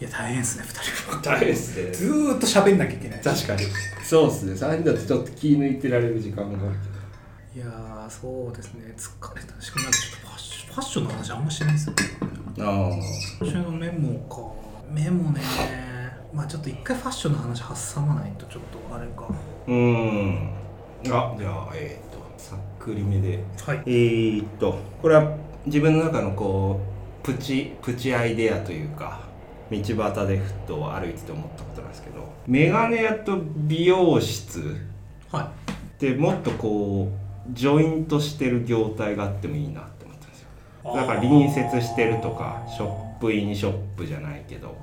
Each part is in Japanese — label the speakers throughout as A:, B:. A: いや大変ですね2人は
B: 大変ですね
A: ずーっと喋んなきゃいけない
B: 確かにそうですね3人だとちょっと気抜いてられる時間もある
A: いやーそうですね疲れたしかもなんかちょっとファッションファッションの話あんましないですよ
B: けどあ
A: フ
B: あ
A: ァッションのメモかメモねまあちょっと一回ファッションの話挟まないとちょっとあれか
B: うーんあじゃあえっ、とさっくりめで
A: はい
B: えー、っとこれは自分の中のこうプチプチアイデアというか道端でふっと歩いてて思ったことなんですけどメガネ屋と美容室
A: は
B: ってもっとこうジョイントしてる業態があってもいいなって思ったんですよ
A: い
B: だから隣接してるとかショップインショップじゃないけど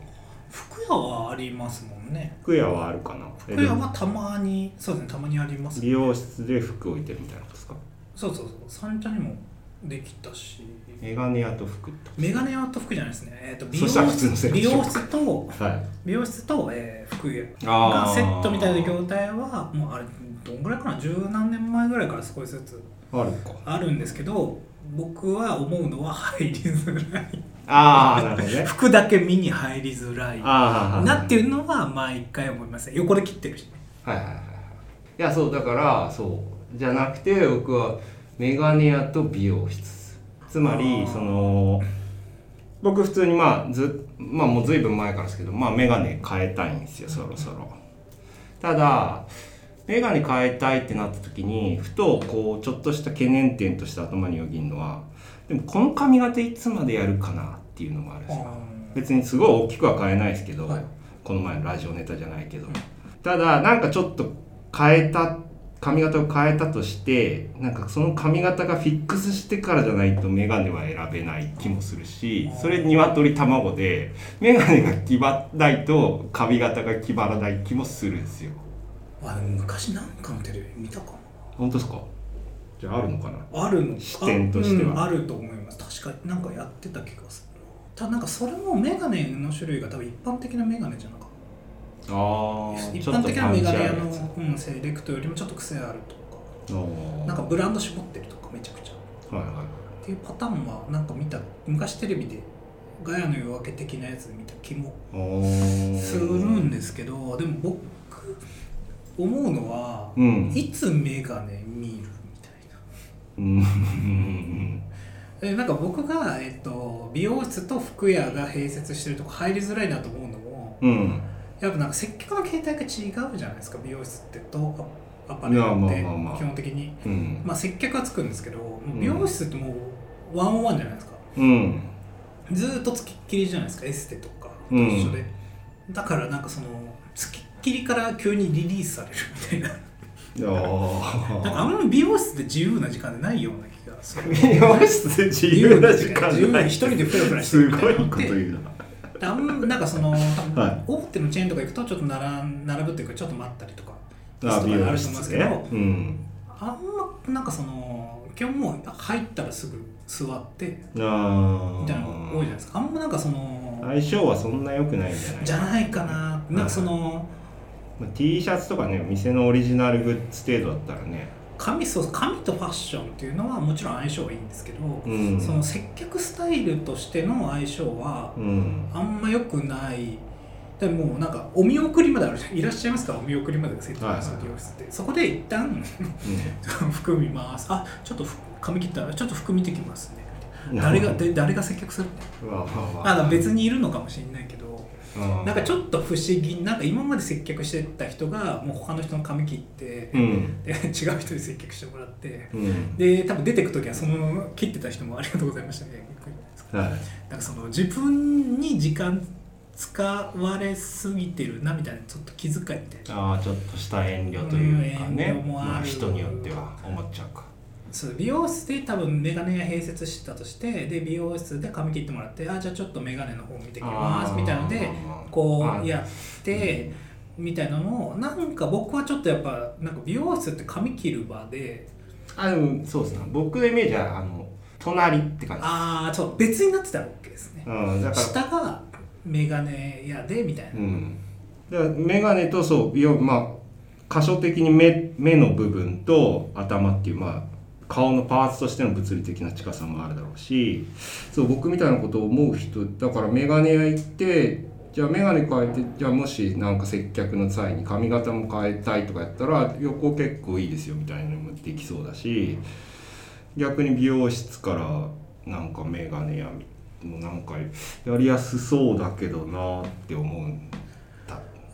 A: 服屋はありますもんね
B: 服屋はあるかな
A: 服屋はたまにそうですねたまにあります
B: 美容室で服置いてるみたいなことですか
A: そうそうそう三茶にもできたし
B: メガネ屋と服って
A: メガネ屋と服じゃないですね、えー、と美
B: そしたら普通のセレク
A: 美
B: ション
A: 容室と
B: はい
A: 美容室と、えー服屋
B: あ
A: が
B: ー
A: セットみたいな業態はもうあれどんぐらいかな十何年前ぐらいから少しずつ
B: あるか
A: あるんですけど僕は思うのは入りづらい
B: ああなるほどね
A: 服だけ見に入りづらい
B: ああ
A: なって
B: う
A: いうのは毎回思いますね横で切ってるしね
B: はいはいはいはいいやそうだからそうじゃなくて僕はメガネ屋と美容室つま
A: あ
B: り
A: ー
B: その僕普通にまあずまあもう随分前からですけどまあメガネ変えたいんですよそろそろただメガネ変えたいってなった時にふとこうちょっとした懸念点として頭によぎるのはでもこの髪型いつまでやるかなっていうのもあるんですよ別にすごい大きくは変えないですけど、
A: はい
B: この前のラジオネタじゃないけど、ただなんかちょっと変えた髪型を変えたとしてなんかその髪型がフィックスしてからじゃないと眼鏡は選べない気もするしそれ鶏卵で眼鏡が決まらないと髪型が決まらない気もするんですよ
A: あ昔なんかのテレビ見たかも
B: 本当ですかじゃああるのかな
A: あるの
B: 視点としては
A: あ,、うんあると思います確かになんかやってた気がするただなんかそれもメガネの種類が多分一般的なメガネじゃなかっ
B: あー
A: た一
B: ちょっ
A: 般
B: と
A: 的
B: パ
A: な
B: ン
A: メ
B: チ
A: ガ
B: ある
A: ネ屋
B: や
A: の
B: つ
A: うん、セレクトよりもちょっと癖あるとか
B: おー
A: なんかブランド絞ってるとかめちゃくちゃ
B: はいはい
A: っていうパターンはなんか見た昔テレビでガヤの夜明け的なやつ見た気も
B: おー
A: するんですけどでも僕思うのは、
B: うん
A: いつメガネ見るみたいな
B: うん
A: えなんか僕が、えっと、美容室と服屋が併設してるとこ入りづらいなと思うのも
B: うん
A: やっぱなんか接客の形態が違うじゃないですか美容室ってとアアパレル
B: いやまあ
A: って
B: まあまあ
A: 基本的に、
B: うん
A: まあ、接客はつくんですけど
B: ん
A: 美容室ってもうワンオンワンじゃないですか
B: うん
A: ずーっとつきっきりじゃないですかエステとかと
B: うん
A: 一緒で、だからなんかそのつきっきりから急にリリースされるみたいななんかあ
B: あ
A: んまり美容室で自由な時間でないような気がする
B: 美容室で自由な時間
A: 自由な一人でふらふらして
B: す
A: るみた
B: ごい
A: いな
B: こと言うな
A: あんなんかその、
B: い
A: 大手のチェーンとか行くとちょっと並ん並ぶっていうかちょっと待ったりとか椅子
B: あ
A: とか
B: 美
A: あ
B: 容
A: ると思うんで
B: 室
A: すけど、
B: ねうん
A: あんまなんかその基本もう入ったらすぐ座って
B: あ
A: みたいなのが多いじゃない
B: あ
A: ですかあんまなんかその、
B: 相性はそんな良くないんじゃない
A: じゃないかななんかその
B: まあ T シャツとかね店のオリジナルグッズ程度だったらね
A: 髪そう髪とファッションっていうのはもちろん相性はいいんですけど、
B: うん
A: その接客スタイルとしての相性は
B: うん
A: あんま良くないでもうなんかお見送りまであるじゃんいらっしゃいますかお見送りまでが設定する美容室って、そこで一旦 服見ますあちょっと服髪切ったらちょっと服見てきますね
B: うん
A: 誰がで誰が接客するの
B: うわうわうわ
A: あの別にいるのかもしれないけど
B: うん
A: なんかちょっと不思議なんか今まで接客してた人がもう他の人の髪切って、
B: うん
A: で違う人に接客してもらって
B: うん
A: で多分出てく時はその切ってた人もありがとうございましたみたいな言うんですか
B: はい
A: なんかその自分に時間使われすぎてるなみたいなちょっと気遣いみたいな
B: ああちょっとした遠慮というかね
A: うん遠慮もある
B: まあ人によっては思っちゃうか
A: そう美容室で多分メガネが併設してたとしてで美容室で髪切ってもらってあじゃあちょっとメガネの方見てきます
B: あー
A: みたいので
B: あー
A: こ
B: あ
A: う
B: ー
A: やってみたいなのをなんか僕はちょっとやっぱなんか美容室って髪切る場で
B: あでもそうですね僕のイメージはあの隣って感じ
A: ああそう別になってたら OK ですね
B: うんだから
A: 下がメガネ屋でみたいな、
B: うんだから眼鏡とそう要はまあ箇所的に目目の部分と頭っていうまあ顔のパーツとしての物理的な近さもあるだろうしそう僕みたいなことを思う人だから眼鏡屋行ってじゃあ眼鏡変えてじゃあもしなんか接客の際に髪型も変えたいとかやったら横結構いいですよみたいなのもできそうだし逆に美容室からなんか眼鏡やもうなんかやりやすそうだけどなって思うんだ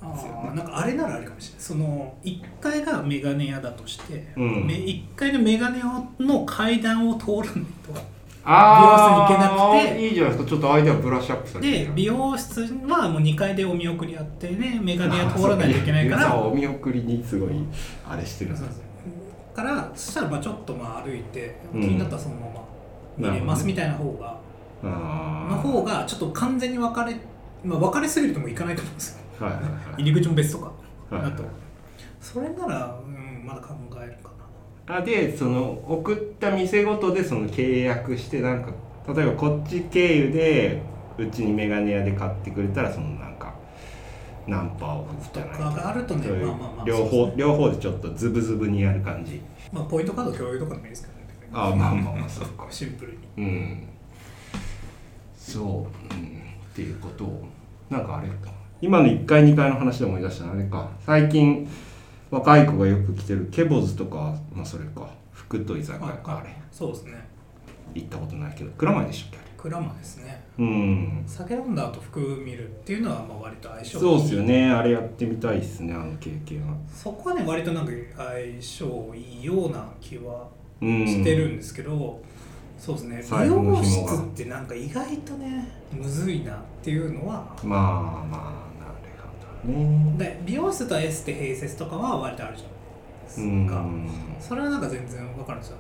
B: ですよ
A: あー
B: ね。
A: なんかあれならあれかもしれないその1階がメガネ屋だとして、
B: うん
A: め一1階のメガネ屋の階段を通らない
B: あー
A: 美容室に行けなくて
B: いいじゃないですかちょっとアイデアブラッシュアップ
A: と
B: され
A: で
B: てるじゃん
A: 美容室はもう2階でお見送りあってねメガネ屋通らないといけないか
B: あ
A: ら
B: ーそうお見送りにすごいあれしてるんです
A: そう
B: ね
A: そうからそしたらまあちょっとまあ歩いて気
B: うん
A: になったらそのまま見れますみたいな方が、
B: あ
A: の
B: ー
A: 方がちょっと完全に分かれ、まあ、分かれすぎるともいかないと思うんですよ
B: はいはいはい
A: 入り口も別とか
B: はい
A: だと、それなら、うん、まだ考えるか
B: あでその送った店ごとでその契約してなんか例えばこっち経由でうちにメガネ屋で買ってくれたらそのなんかナンパを振じゃない
A: とかがあるとね
B: そういう
A: まあまあまあ
B: 両
A: そう
B: 方、両方でちょっとズブズブにやる感じ
A: な、まあ、ポイントカード共有とかでもいいですけどね
B: あーまあまあまあそうか
A: シンプルに
B: うんそう、うん、っていうことをなんかあれか今の1階2階の話で思い出したのあれか最近若い子がよく着てるケボズとかまあそれか服と居酒屋
A: あ
B: かあれ
A: そうですね
B: 行ったことないけど蔵前でしたっけあれ
A: クラマですね
B: うん
A: 酒飲んだ後服見るっていうのはまあ割と相性
B: そうっすよねあれやってみたいっすねあの経験は
A: そこはね割となんか相性いいような気は
B: うん
A: してるんですけど、そうですね美
B: 財布の
A: 容
B: 紐
A: 室
B: が
A: ってなんか意外とねむずいなっていうのは
B: まあまあなるほどね
A: で美容室とエステ併設とかは割とあるじゃないです
B: う
A: か、
B: ん
A: それはなんか全然わかるんですよ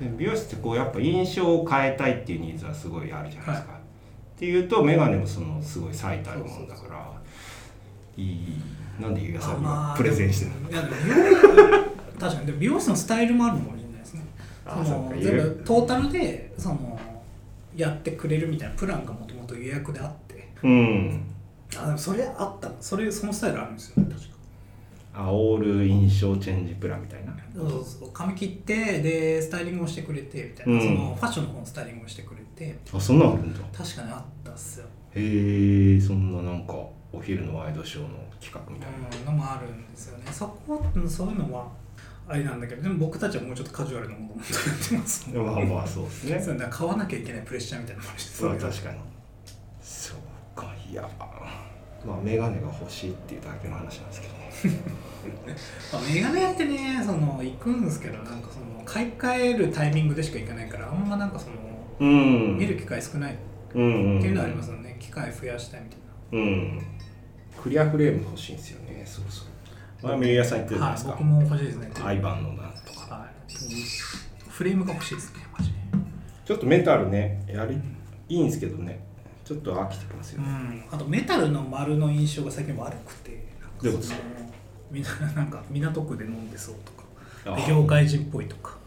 A: ね
B: で美容室ってこうやっぱ印象を変えたいっていうニーズはすごいあるじゃないですか、っていうと眼鏡もそのすごい最たるもんだからいいなんでゆうやさん
A: ま
B: が
A: あ
B: プレゼンしてる
A: いやでも美容確かにでも美容室のスタイルもあるのかもしれないですね
B: あ
A: そ
B: そう
A: の
B: か
A: 全部トータルでそのやってくれるみたいなプランがもともと予約であって
B: うん
A: あでもそれあったそれそのスタイルあるんですよね確か
B: あオール印象チェンジプランみたいな
A: そうそうそう髪切ってでスタイリングをしてくれてみたいな、
B: うん
A: そのファッションの方のスタイリングをしてくれて
B: あそんなんあるんだ
A: 確かにあったっすよ、
B: へえそんななんかお昼のワイドショーの企画みたいな
A: うん、のもあるんですよねそこうんそういうのはあれなんだけどでも僕たちはもうちょっとカジュアルなものを持ってますね
B: まあまあそうですね
A: そうだから買わなきゃいけないプレッシャーみたいなのもあるし
B: そう
A: れが
B: 確かにそうかいやまあ眼鏡が欲しいっていうだけの話なんですけどね
A: まあメガネ屋ってねその行くんですけどなんかその買い替えるタイミングでしか行かないからあんまなんかその
B: うん
A: 見る機会少ないっ
B: うん
A: ていうのはありますよね、機会増やしたいみたいな
B: うんクリアフレーム欲しいんですよねそうそう前も家さん行ってるじゃないですか、
A: はい、僕も欲しいですね。
B: アイバンのなんとか
A: はいフレームが欲しいですね、マジで。
B: ちょっとメタルねやりいいんですけどねちょっと飽きてきます
A: う
B: よね、
A: ん、あとメタルの丸の印象が最近悪くて、なんか
B: どういうことですか
A: みんななんか港区で飲んでそうとか、
B: あ
A: で
B: ー
A: 業界人っぽいとか、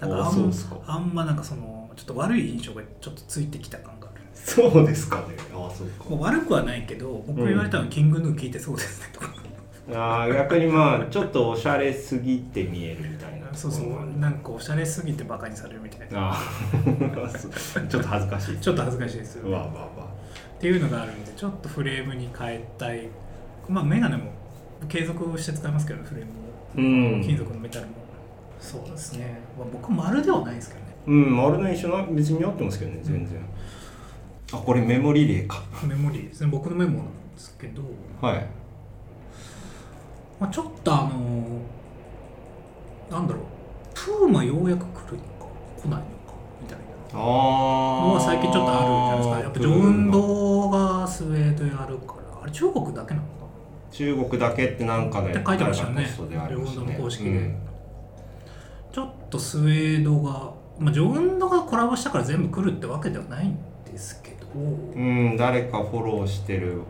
A: なんか
B: あ
A: あ
B: ーそうんですか
A: あんまなんかそのちょっと悪い印象がちょっとついてきた感がある。
B: そうですかねああそう
A: もう
B: か
A: 悪くはないけど、僕言われたのはキングヌー聞いてそうですねと か。
B: あー逆にまあちょっとおしゃれすぎて見えるみたいな
A: そうそう、なんかおしゃれすぎてバカにされるみたいな。
B: ああそう ちょっと恥ずかしい
A: ちょっと恥ずかしいですよね。
B: わあわあわ
A: っていうのがあるんでちょっとフレームに変えたいまあメガネも継続して使いますけどねフレーム
B: あう
A: も
B: ん
A: 金属のメタルも、そうですね、まあ、僕は丸ではないですけどね
B: うん丸の印象な別に合ってますけどね全然、あこれメモリレーか
A: メモリーですね僕のメモなんですけど、
B: はい
A: まあ、ちょっとあのなんだろうプーマようやく来るのか来ないのかみたいな
B: あ
A: の
B: あ
A: は最近ちょっとあるじゃないですかやっぱジョンドがスウェードやるからあれ中国だけなのかな
B: 中国だけってなんかね
A: って書いてましたよ
B: な
A: ね
B: んかポストでありましたね
A: 両方の公式で
B: うん
A: ちょっとスウェードが、まあ、ジョンドがコラボしたから全部来るってわけではないんですけど、
B: うん誰かフォローしてる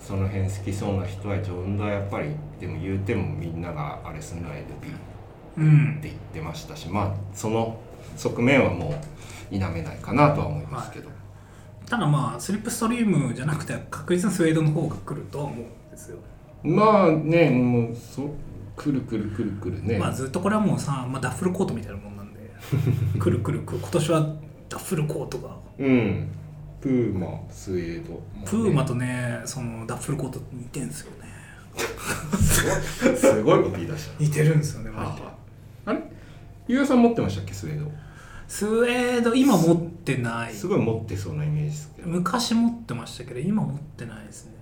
B: その辺好きそうな人はジョンドはやっぱりでも言うてもみんながあれすんのは LB って
A: うん、
B: 言ってましたしまあその側面はもう否めないかなとは思いますけど、
A: ただまあスリップストリームじゃなくて確実にスウェードの方が来るとは思うんですよ、
B: まあねもうそくるくるくるくるね、
A: まあずっとこれはもうさ、まあ、ダッフルコートみたいなもんなんで来る来る来る今年はダッフルコートが
B: うんプーマスウェード、
A: プーマとねそのダッフルコート似てんすよね
B: すごいこと言い出した
A: 似てるんですよね
B: な
A: 割と
B: あれゆうやさん持ってましたっけスウェード
A: スウェード今持ってない
B: すごい持ってそうなイメージですけど
A: 昔持ってましたけど今持ってないですね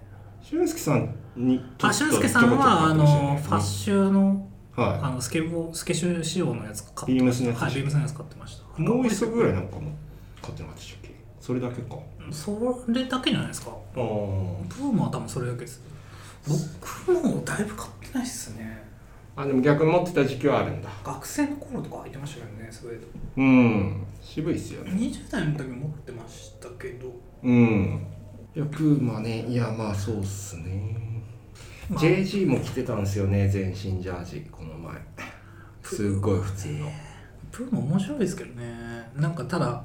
B: 俊介さんにちょ
A: あ
B: っと
A: 俊介さんはあ
B: ちょこちょこや
A: の
B: って
A: ファ
B: ま
A: ッ
B: し
A: シュの
B: たよね
A: あ
B: は
A: のスケボースケシュ仕様のやつ買ってました
B: ビームスのやつ
A: はいビームスのやつ買ってました
B: いもう一足ぐらい
A: い
B: なんかも買ってなかったでしたっけそれだけか
A: それだけじゃないですか
B: あー
A: ブームは多分それだけです僕もだいぶ買ってないっすね
B: あでも逆に持ってた時期はあるんだ
A: 学生の頃とか履いてましたけどねスウェード
B: うん渋いっすよね
A: 20代の時持ってましたけど、
B: うんいやプーマねいやまあそうっすね
A: まあ
B: JG も着てたんですよね全身ジャージこの前すっごい普通の
A: プーも面白いですけどねなんかただ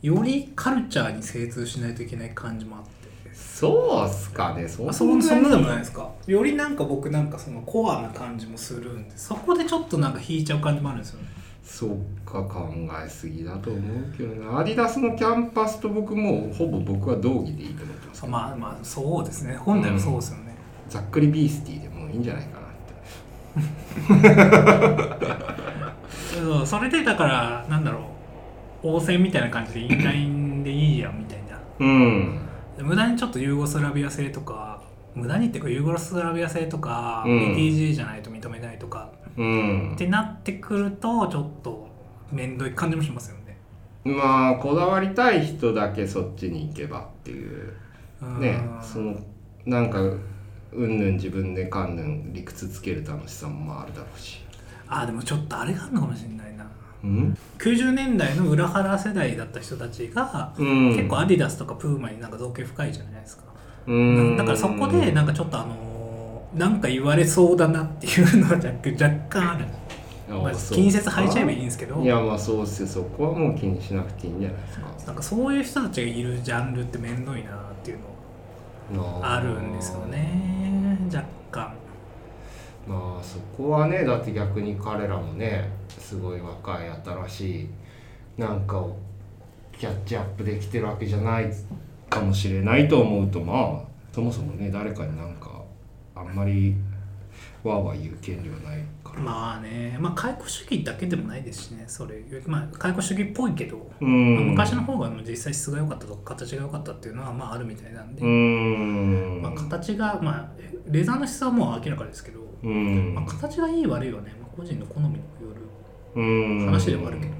A: よりカルチャーに精通しないといけない感じもあって
B: そうっすかねそ
A: あ
B: う
A: そんそんなでもないですかよりなんか僕なんかそのコアな感じもするんでそこでちょっとなんか引いちゃう感じもあるんですよね
B: そっか考えすぎだと思うけどなアディダスのキャンパスと僕もうほぼ僕は同義でいいと思ってます
A: そうまあまあそうですね本来もそうですよね、
B: ざっくりビースティーでもういいんじゃないかなって
A: うんそれでだからなんだろう応戦みたいな感じでインラインでいいやみたいな
B: うん
A: 無駄にちょっとユーゴスラビア製とか無駄にっていうかユーゴスラビア製とか、
B: うん
A: PTG じゃないと認めないとか
B: うん
A: ってなってくるとちょっと面倒い感じもしますよね。
B: まあこだわりたい人だけそっちに行けばっていう
A: うん
B: ねそのなんかうんぬん自分でかんぬん理屈つける楽しさもまああるだろうし
A: あでもちょっとあれがあるのかもしれないな
B: うん、
A: 90年代の裏腹世代だった人たちが、
B: うん、
A: 結構アディダスとかプーマになんか造形深いじゃないですか。
B: うん
A: だからそこでなんかちょっとあのーなんか言われそうだなっていうのは若干若干ある、まあ、近接履いちゃえばいいん
B: い
A: ですけど
B: いやまあそうっすよそこはもう気にしなくていいんじゃないですか
A: なんかそういう人たちがいるジャンルって面倒いなっていうのあるんですよね若干
B: まあそこはねだって逆に彼らもねすごい若い新しいなんかをキャッチアップできてるわけじゃないかもしれないと思うとまあそもそもね誰かになんかあんまりわーわー言う権利はないから、
A: まあねまあ解雇主義だけでもないですしねそれまあ解雇主義っぽいけど、
B: うん
A: まあ昔の方が実際質が良かったとか形が良かったっていうのはまああるみたいなんで、
B: うん
A: まあ、形がまあレザーの質はもう明らかですけど、
B: うん
A: まあ、形がいい悪いはね、まあ、個人の好みによ
B: うん
A: る話でもあるけどね、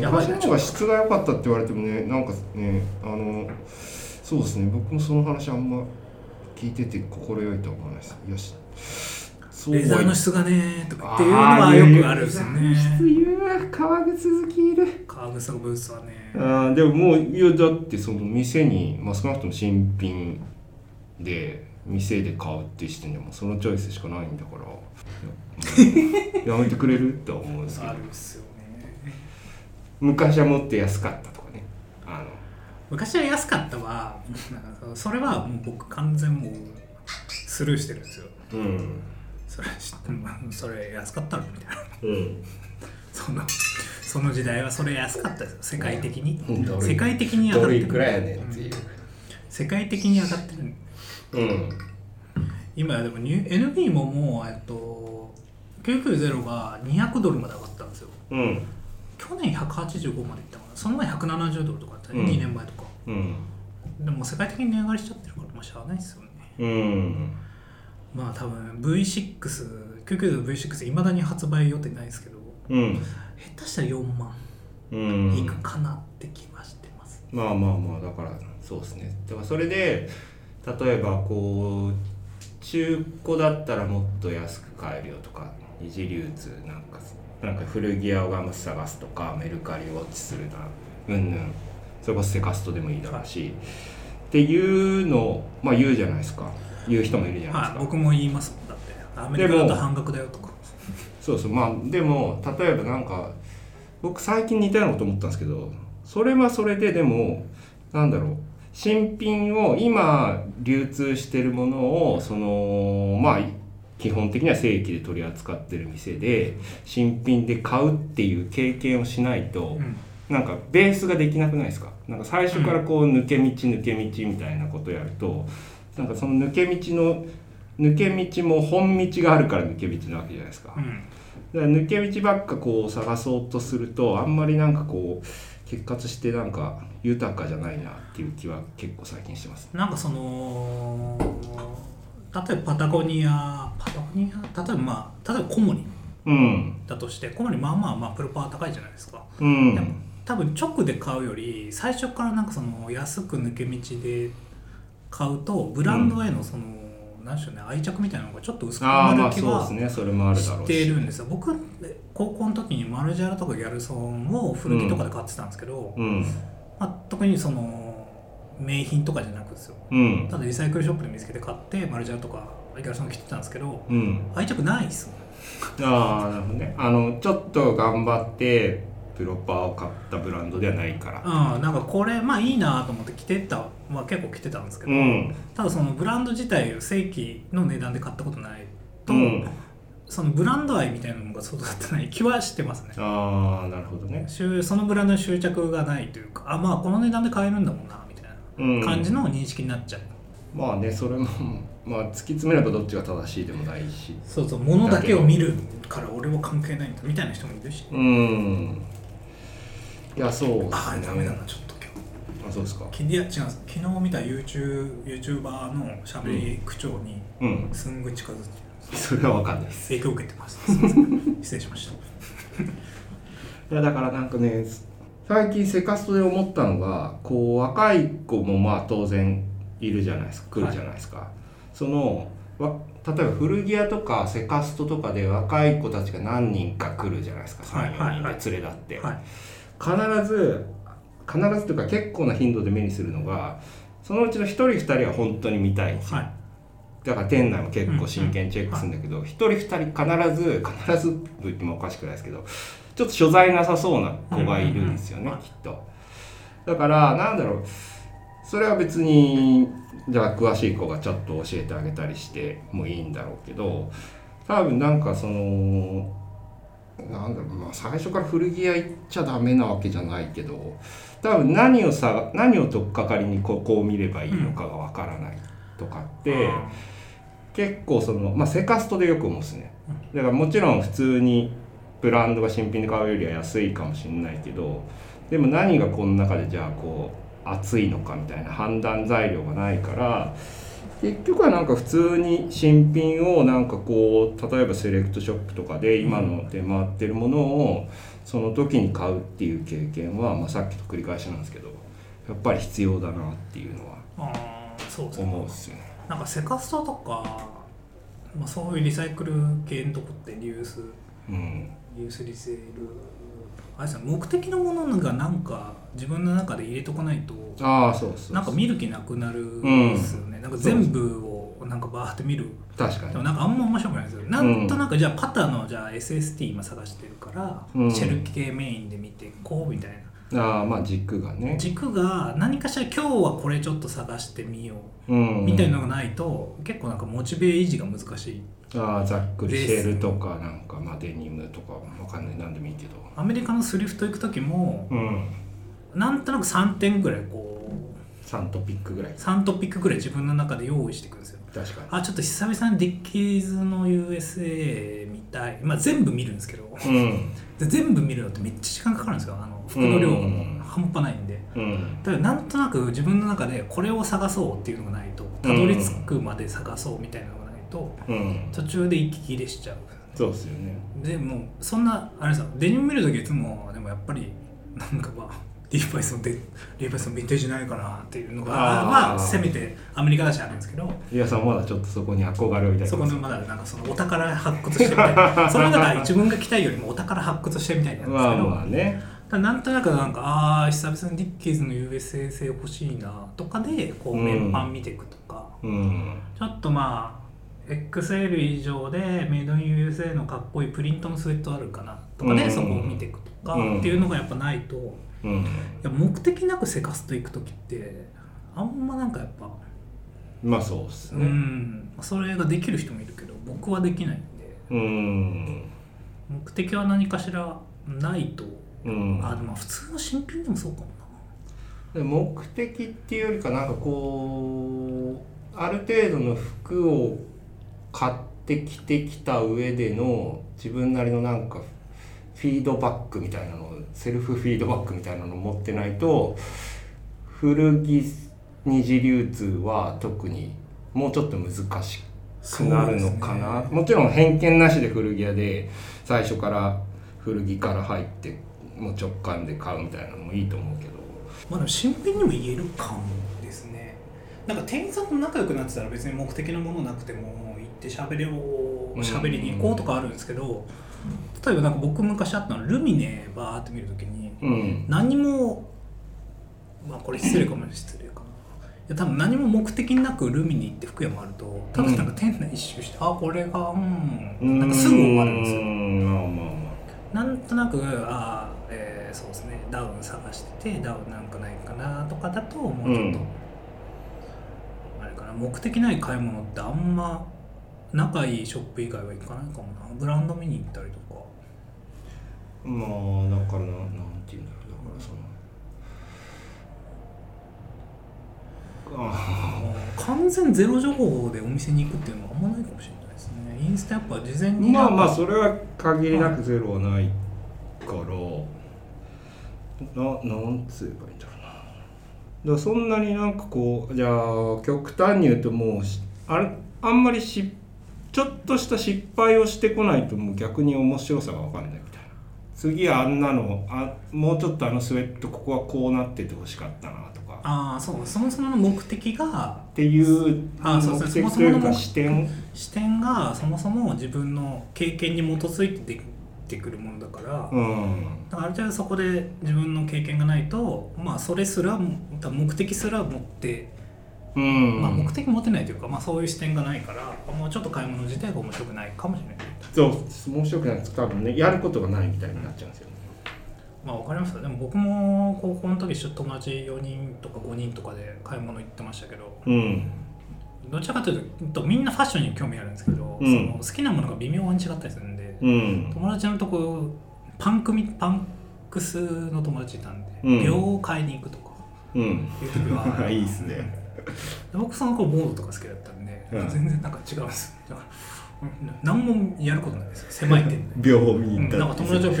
A: やばい
B: 昔
A: な
B: の方が質が良かったって言われてもねなんかねあのそうですね僕もその話あんま聞いてて心よいとは思わないですよしそうは
A: レ
B: 言っ
A: ザーの質がねとかっていうのはよくあるんですよ
B: あー
A: ね
B: 質言うわ革靴好きいる
A: 革靴のブースはね
B: あーでももういやだってその店に、まあ、少なくとも新品で店で買うってしてんでもうそのチョイスしかないんだから いややめてくれるって思うんですけ
A: あ
B: ど
A: るっすよね
B: 昔はもっと安かったとかねあの
A: 昔は安かったわなんかそれはもう僕完全もうスルーしてるんですよ
B: うん
A: それ知ってまあそれ安かったのみたいな
B: うん
A: そのその時代はそれ安かったですよ世界的に
B: うん
A: 世界的に上がっ
B: ど
A: て
B: れ
A: る
B: くらいやねんっていう
A: 世界的に上がってる
B: うん
A: 今やでもニュ NB ももうえっと990が200ドルまで上がったんですよ
B: うん
A: 去年185までいったかなその前170ドルとかだったね、
B: うん
A: 2年前とか
B: うん
A: でも世界的に値上がりしちゃってるからまあしゃあないですよね
B: うん
A: まあ多分 V6 990 V6 いまだに発売予定ないですけど
B: うん
A: 下手したら4万
B: うん
A: いくかなって気はしてます、
B: まあまあまあだからそうですねだからそれで例えばこう中古だったらもっと安く買えるよとか二次流通なんかなんか古着屋をがむ探すとかメルカリウォッチするなうんぬんそれこそセカストでもいいだろうし、っていうのをまあ言うじゃないですか言う人もいるじゃないです
A: は
B: か
A: い、僕も言いますもんだってアメリカだと半額だよとか
B: そうそうまあでも例えばなんか僕最近似たようなこと思ったんですけどそれはそれででもなんだろう新品を今流通してるものをそのまあ基本的には正規で取り扱ってる店で新品で買うっていう経験をしないと
A: うん
B: なんかベースができなくないですかなんか最初からこう抜け道抜け道みたいなことやると、なんかその抜け道の抜け道も本道があるから抜け道なわけじゃないですか。
A: うん
B: だから抜け道ばっかこう探そうとするとあんまりなんかこう結活してなんか豊かじゃないなっていう気は結構最近してます。
A: なんかその例えばパタゴニアパタゴニア例えばまあ例えばコモリ
B: うん、
A: だとしてコモリまあまあまあプロパー高いじゃないですか、
B: う
A: でも
B: ん、
A: 多分直で買うより最初からなんかその安く抜け道で買うとブランドへのその、なんでしょうね愛着みたいなのがちょっと薄く
B: あ
A: な
B: あま
A: る
B: あ
A: 気
B: そうで
A: は
B: すねそれもある
A: 知
B: だろ
A: っ
B: う
A: てい
B: し。
A: るんですよ僕高校の時にマルジャラとかギャルソンを古着とかで買ってたんですけど、
B: うん、
A: まあ、特にその名品とかじゃなくですよ
B: うん、
A: ただリサイクルショップで見つけて買ってマルジャラとかギャルソン着てたんですけど
B: うん、
A: 愛着ないっすもん
B: ああなるほどね。あのちょっと頑張ってプロパーを買ったブランドではないから。
A: うんなんかこれまあいいなと思って着てた、まあ、結構着てたんですけ
B: う
A: ど、
B: ん、
A: ただそのブランド自体を正規の値段で買ったことないと、
B: うん、
A: そのブランド愛みたいなのが育ってない気はしてますね
B: ああなるほどね。
A: 執そのブランドに執着がないというかあまあこの値段で買えるんだもんなみたい
B: うん、
A: な感じの認識になっちゃう、
B: まあねそれもまあ突き詰めればどっちが正しいでもないし。
A: そうそう物だけを見るから俺は関係ないんだみたいな人もいるし
B: うん。いや、そうですね。
A: ああダメだなちょっと今
B: あ、そうですか。
A: 日きいや違うんです昨日見た YouTube YouTuber のしゃべり口調に
B: うん。
A: すんごい近づいて
B: それはわかんないです。
A: 影響を受けてますすいません失礼しました
B: いや、だからなんかね、最近セカストで思ったのが、こう、若い子もまあ当然いるじゃないですか、来るじゃないですか。その、わ例えば古着屋とかセカストとかで若い子たちが何人か来るじゃないですか、
A: はい
B: 3、4
A: はい
B: 人で連れ立って。
A: はい
B: 必ず必ずというか結構な頻度で目にするのがそのうちの1人2人は本当に見たいんですよ、
A: はい
B: だから店内も結構真剣にチェックするんだけど、一1人2人必ず必ずと言ってもおかしくないですけどちょっと所在なさそうな子がいるんですよね、
A: うんうんうん
B: きっとだからなんだろうそれは別にじゃあ詳しい子がちょっと教えてあげたりしてもいいんだろうけど多分なんかそのなんだろうまあ最初から古着屋行っちゃダメなわけじゃないけど多分何をさ何を取っかかりにここを見ればいいのかがわからないとかって、結構その、まあ、セカストでよく思うんですねだからもちろん普通にブランドが新品で買うよりは安いかもしれないけどでも何がこの中でじゃあこう熱いのかみたいな判断材料がないから結局はなんか普通に新品をなんかこう例えばセレクトショップとかで今の出回ってるものをその時に買うっていう経験は、まあ、さっきと繰り返しなんですけどやっぱり必要だなっていうのは
A: ああそうですね
B: 思うっすよね。
A: なんかセカストとか、まあ、そういうリサイクル系のとこってリユース
B: うん
A: リユースリセールあれですね目的のものがなんか自分の中で入れとかないと
B: ああそうそうそう
A: なんか見る気なくなるんですよね、なんか全部をなんかバーって見る
B: 確か
A: で
B: に
A: もなんかあんま面白くないですよなんとなくじゃあパターのじゃあ SST 今探してるから、
B: うん
A: シェル系メインで見てこうみたいな
B: ああまあ軸がね
A: 軸が何かしら今日はこれちょっと探してみよう
B: うん
A: みたいのがないと結構なんかモチベ維持が難しい
B: ああざっくり
A: です
B: シェルとかなんかまあデニムとかわかんないなんでもいいけど
A: アメリカのスリフト行く時も
B: うん
A: なんとなく3点ぐらいこ
B: サントピックぐらいう
A: 3トピックぐらい自分の中で用意していくんですよ
B: 確か
A: あちょっと久々にディッキーズの USA 見たいまあ全部見るんですけど
B: にうん
A: で全部見るのってめっちゃ時間かかるんですよあの服の量
B: うん
A: も半端ないんで
B: うん
A: だからなんとなく自分の中でこれを探そうっていうのがないとたどり着くまで探そうみたいなのがないと
B: うん
A: 途中で息切れしちゃう
B: そうっすよね
A: でもうそんなあれさデニム見るときいつもでもやっぱりなんかまあ リーバイスのデリーバイスのヴィンテージないかなっていうのが
B: あー
A: まあせめてアメリカだしあるんですけど
B: リアさんまだちょっとそこに憧れを抱いてます
A: そこのまだなんかそのお宝発掘してみたいなその中で自分が来たいよりもお宝発掘してみたいなんですけど、
B: まあまあね
A: ただなんとなくなんかああ久々にディッキーズの USA 性欲しいなとかでこう
B: うん
A: 面板見ていくとか、
B: うん
A: ちょっとまあ XL 以上でメイドイン USA のかっこいいプリントのスウェットあるかなとかで、
B: うん
A: そこを見ていくとか、
B: うん
A: っていうのがやっぱないとい
B: うん
A: や目的なくセカスト行く時ってあんまなんかやっぱ、
B: まあそうっす
A: う
B: ね
A: んそれができる人もいるけど僕はできないんで
B: うん
A: 目的は何かしらないと
B: うん
A: あでも普通の新品でもそうかも
B: で目的っていうよりかなんかこうある程度の服を買ってきてきた上での自分なりのなんかフィードバックみたいなのをセルフフィードバックみたいなのを持ってないと古着二次流通は特にもうちょっと難しく
A: な
B: なるのかな、もちろん偏見なしで古着屋で最初から古着から入ってもう直感で買うみたいなのもいいと思うけど。
A: まあでも新品にも言えるかもですねなんか店員さんと仲良くなってたら別に目的のものなくても行ってしゃべりを
B: うん
A: しゃべりに行こうとかあるんですけど例えばなんか僕昔あったのルミネバーって見るときに
B: うん
A: 何にもまあこれ失礼かも失礼かないや多分何も目的なくルミネ行って服屋もあるとただなんか店内一周して、あこれがうんなんかすぐ終わるんですよ
B: うーんまあまあま
A: なんとなくあー、えーそうですねダウン探しててダウンなんかないかなとかだともうちょっと、
B: うん
A: あれかな目的ない買い物ってあんま仲いいショップ以外は行かないかもなブランド見に行ったりとか
B: あまあだからななんて言うんだろうだからそのあ
A: もう完全ゼロ情報でお店に行くっていうのはあんまないかもしれないですねインスタやっぱ事前
B: ー
A: に
B: まあまあ
A: あ
B: それは限りなくゼロはないから、ななんつえばいいんだろうなだからそんなになんかこうじゃあ極端に言うともうしあれあんまりしちょっとした失敗をしてこないともう逆に面白さが分かんないみたいな次あんなのあもうちょっとあのスウェットここはこうなっててほしかったなとか
A: あーそうそもそもの目的が
B: っていう
A: あ
B: 目
A: そうそう
B: 的という
A: そもそもの
B: か
A: 目
B: 視点
A: 視点がそもそも自分の経験に基づいてできてくるものだから、
B: うん
A: だからある程度そこで自分の経験がないと、まあ、それすらもだから目的すら持って、
B: うん、
A: まあ、目的持てないというか、まあ、そういう視点がないからもうちょっと買い物自体が面白くないかもしれない、
B: そう面白くないです多分ねやることがないみたいになっちゃうんですよね、
A: まあ、わかりますでも僕も高校の時一緒に友達4人とか5人とかで買い物行ってましたけど
B: うん
A: どちらかというとみんなファッションに興味あるんですけど、
B: うん
A: その好きなものが微妙に違ったりするんで、
B: うん
A: 友達のとこパンクみパンクスの友達いたんで、
B: うん
A: 秒を買いに行くとか
B: うん
A: いう時は
B: いいっすね
A: で僕その頃ボードとか好きだったんで、
B: うん
A: 全然なんか違うんですだからうん何もやることないですよ狭い店内
B: 秒を見
A: う
B: に行
A: ん
B: った
A: なんか友 達は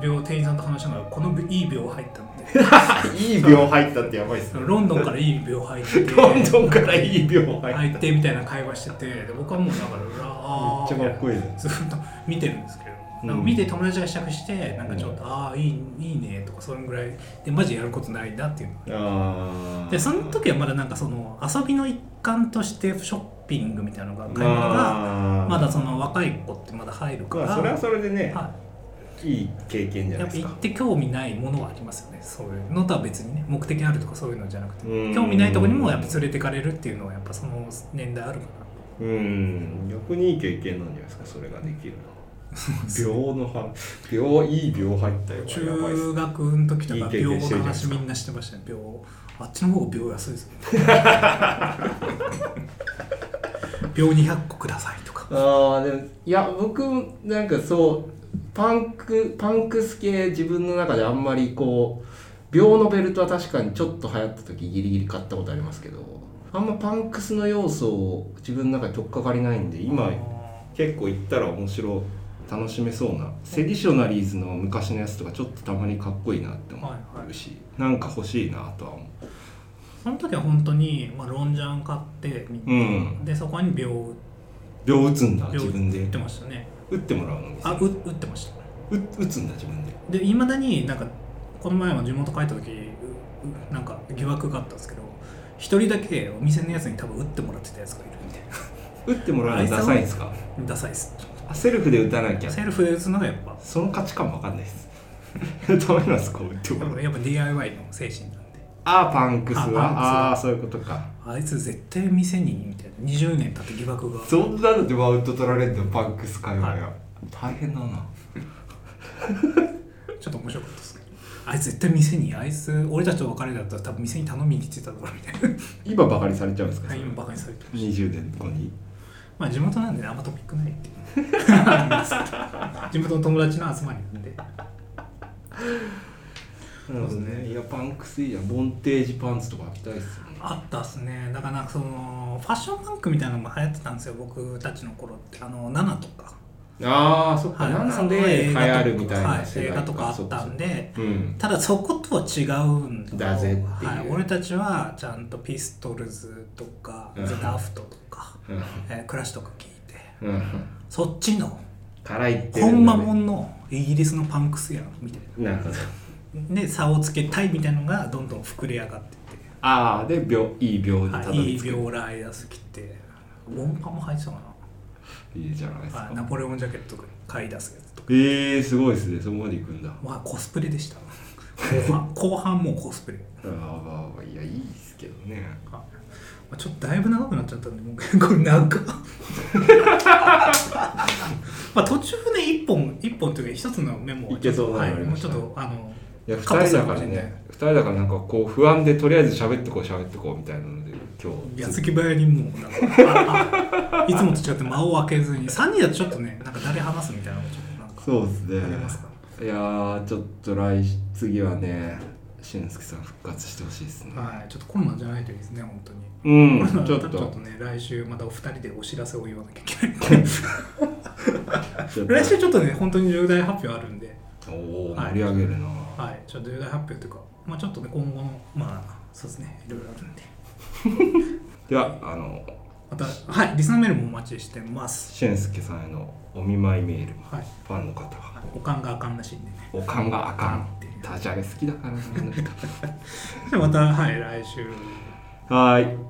A: 秒秒店員さんと話しながらこのいい秒入ったんで
B: いい秒入ったってやばいっすね
A: ロンドンからいい秒入って
B: ロンドンからいい秒入った
A: 入ってみたいな会話しててで僕はもうだからうわー
B: めっちゃかっこいいね
A: ずっと見てるんですけどなんか見て友達が試着してなんかちょっと、ああいいいいねとかそれぐらいでマジやることないなっていうの
B: あー
A: でその時はまだなんかその遊びの一環としてショッピングみたいなのが買い物が
B: まあ
A: まだその若い子ってまだ入るから、
B: まあそれはそれでね、、
A: はい
B: い経験
A: い
B: じゃ
A: やっぱ
B: ないです
A: 行
B: か
A: って興味ないものはありますよねそういうのとは別にね目的あるとかそういうのじゃなくて
B: うん
A: 興味ないとこにもやっぱ連れてかれるっていうのはやっぱその年代あるかな
B: うん逆にいい経験なんじゃないですかそれができる の秒のは秒いい秒入ったよやばいっす
A: 中学の時とか
B: いい経
A: 秒
B: 験し
A: の
B: てるじゃないで
A: 話
B: すか
A: みんなしてましたね秒あっちの方が秒安いですね 秒200個くださいとか
B: あーでもいや僕なんかそうパンクパンクス系自分の中であんまりこう秒のベルトは確かにちょっと流行った時ギリギリ買ったことありますけどあんまパンクスの要素を自分の中に取っかかりないんで今結構行ったら面白い楽しめそうなセディショナリーズの昔のやつとかちょっとたまにかっこいいなって思うし、なんか欲しいなとは思
A: その時は本当にまあロンジャン買ってみ
B: ううん
A: でそこに秒打
B: 秒打つんだ
A: 秒
B: 自分で
A: ってましたね
B: 打ってもらうのに
A: あう打ってました
B: う打つんだ自分で
A: でいまだになんかこの前も地元帰った時ううなんか疑惑があったんですけど一人だけお店のやつに多分打ってもらってたやつがいるみたい
B: 打ってもらうのダサいんですか
A: なダサいっす
B: あセルフで打たなきゃ
A: セルフで打つのがやっぱ
B: その価値観わかんないですダメなんですか打ってもらう
A: やっぱ DIY の精神なんで
B: あーパンクスは
A: あパンクス
B: ああーそういうことか
A: あいつ絶対店にみたいな20年経って疑惑が
B: そんなのでマウント取られるのパンクス界隈は大変だな
A: ちょっと面白かったですけどあいつ絶対店にあいつ俺たちと別れだったら多分店に頼みに来てただろうみた い
B: 今ばかりされちゃうんですか
A: な今バカにされてまし
B: 20年後に
A: たまあ地元なんでねあんまトピックないっていう地元の友達の集まりなんで
B: なるほどねいやパンクスいいじゃんボンテージパンツとか履きたいっすよね
A: あったっすねだからなんかそのファッションパンクみたいなのも流行ってたんですよ僕たちの頃ってあの7とか
B: ああそっか、
A: はい
B: なんで流行るみたい
A: は
B: ない
A: 映画とかあ
B: そ
A: っ
B: か
A: た
B: そ
A: ん
B: か
A: で
B: うん
A: ただそことは違うんよ
B: だぜっていう
A: はい、俺たちはちゃんとピストルズとか、
B: うん
A: ザ・ダフトとか、
B: うん
A: えークラッシュとか聞いて
B: うん
A: そっちの
B: 辛いって
A: 本間も
B: ん
A: んのイギリスのパンクスやんみたい
B: なるほ
A: な
B: ど
A: で差をつけたいみたいなのがどんどん膨れ上がってって
B: ああで病いい病にた
A: は
B: ど
A: い、い
B: り
A: い
B: 着く、
A: 病ライダース着て、音波も入ってたか
B: い、いじゃないです
A: な、
B: か
A: はい、ナポレオンジャケットとか買い出すやつとか、
B: ええー、すごいですねそこまで行くんだ
A: まあ、コスプレでした。後半、後半もうコスプレ。
B: ああいやいいっすけどね
A: はいまあ、ちょっとだいぶ長くなっちゃったんで、もう結構長く。まあ途中ね、一本、一本というか、一つのメモ
B: いけそう
A: は、
B: ないのあり
A: も
B: ま
A: う
B: し
A: ち
B: た
A: ょっと、あの、
B: いや二
A: カットす
B: 人
A: るかもし
B: だから
A: れない
B: ね二人だからなんかこう不安でとりあえず喋ってこう喋ってこうみたいなので今日
A: 矢継ぎ早にもう、なんかああいつもと違って間を空けずに、3人だとちょっとね、なんか誰話すみたいなのがちょっとなんか、
B: そうですね
A: ありますか
B: いやーちょっと来次はね俊介さん復活してほしいですね、
A: はい、ちょっとコロナじゃないといいですね、本当に。
B: うん
A: ち
B: ち
A: ょ
B: ょ
A: っ
B: っ
A: と
B: と
A: ちょっとね来週またお二人でお知らせを言わなきゃい けない
B: ちょっと
A: 来週ちょっとね本当に重大発表あるんで、
B: おお
A: はい
B: 盛り上げるな、
A: はい、ちょっと重大発表というか、まあ、ちょっとね今後のまあそうですねいろいろあるんで
B: ではあの
A: またはいリスナーメールもお待ちしてます
B: 俊介さんへのお見舞いメール、
A: はい
B: ファンの方は
A: おかんがあかんらしいんでね
B: おかんがあかん
A: っていう
B: ダジャレ好きだからね
A: じゃあまたはい来週
B: はーい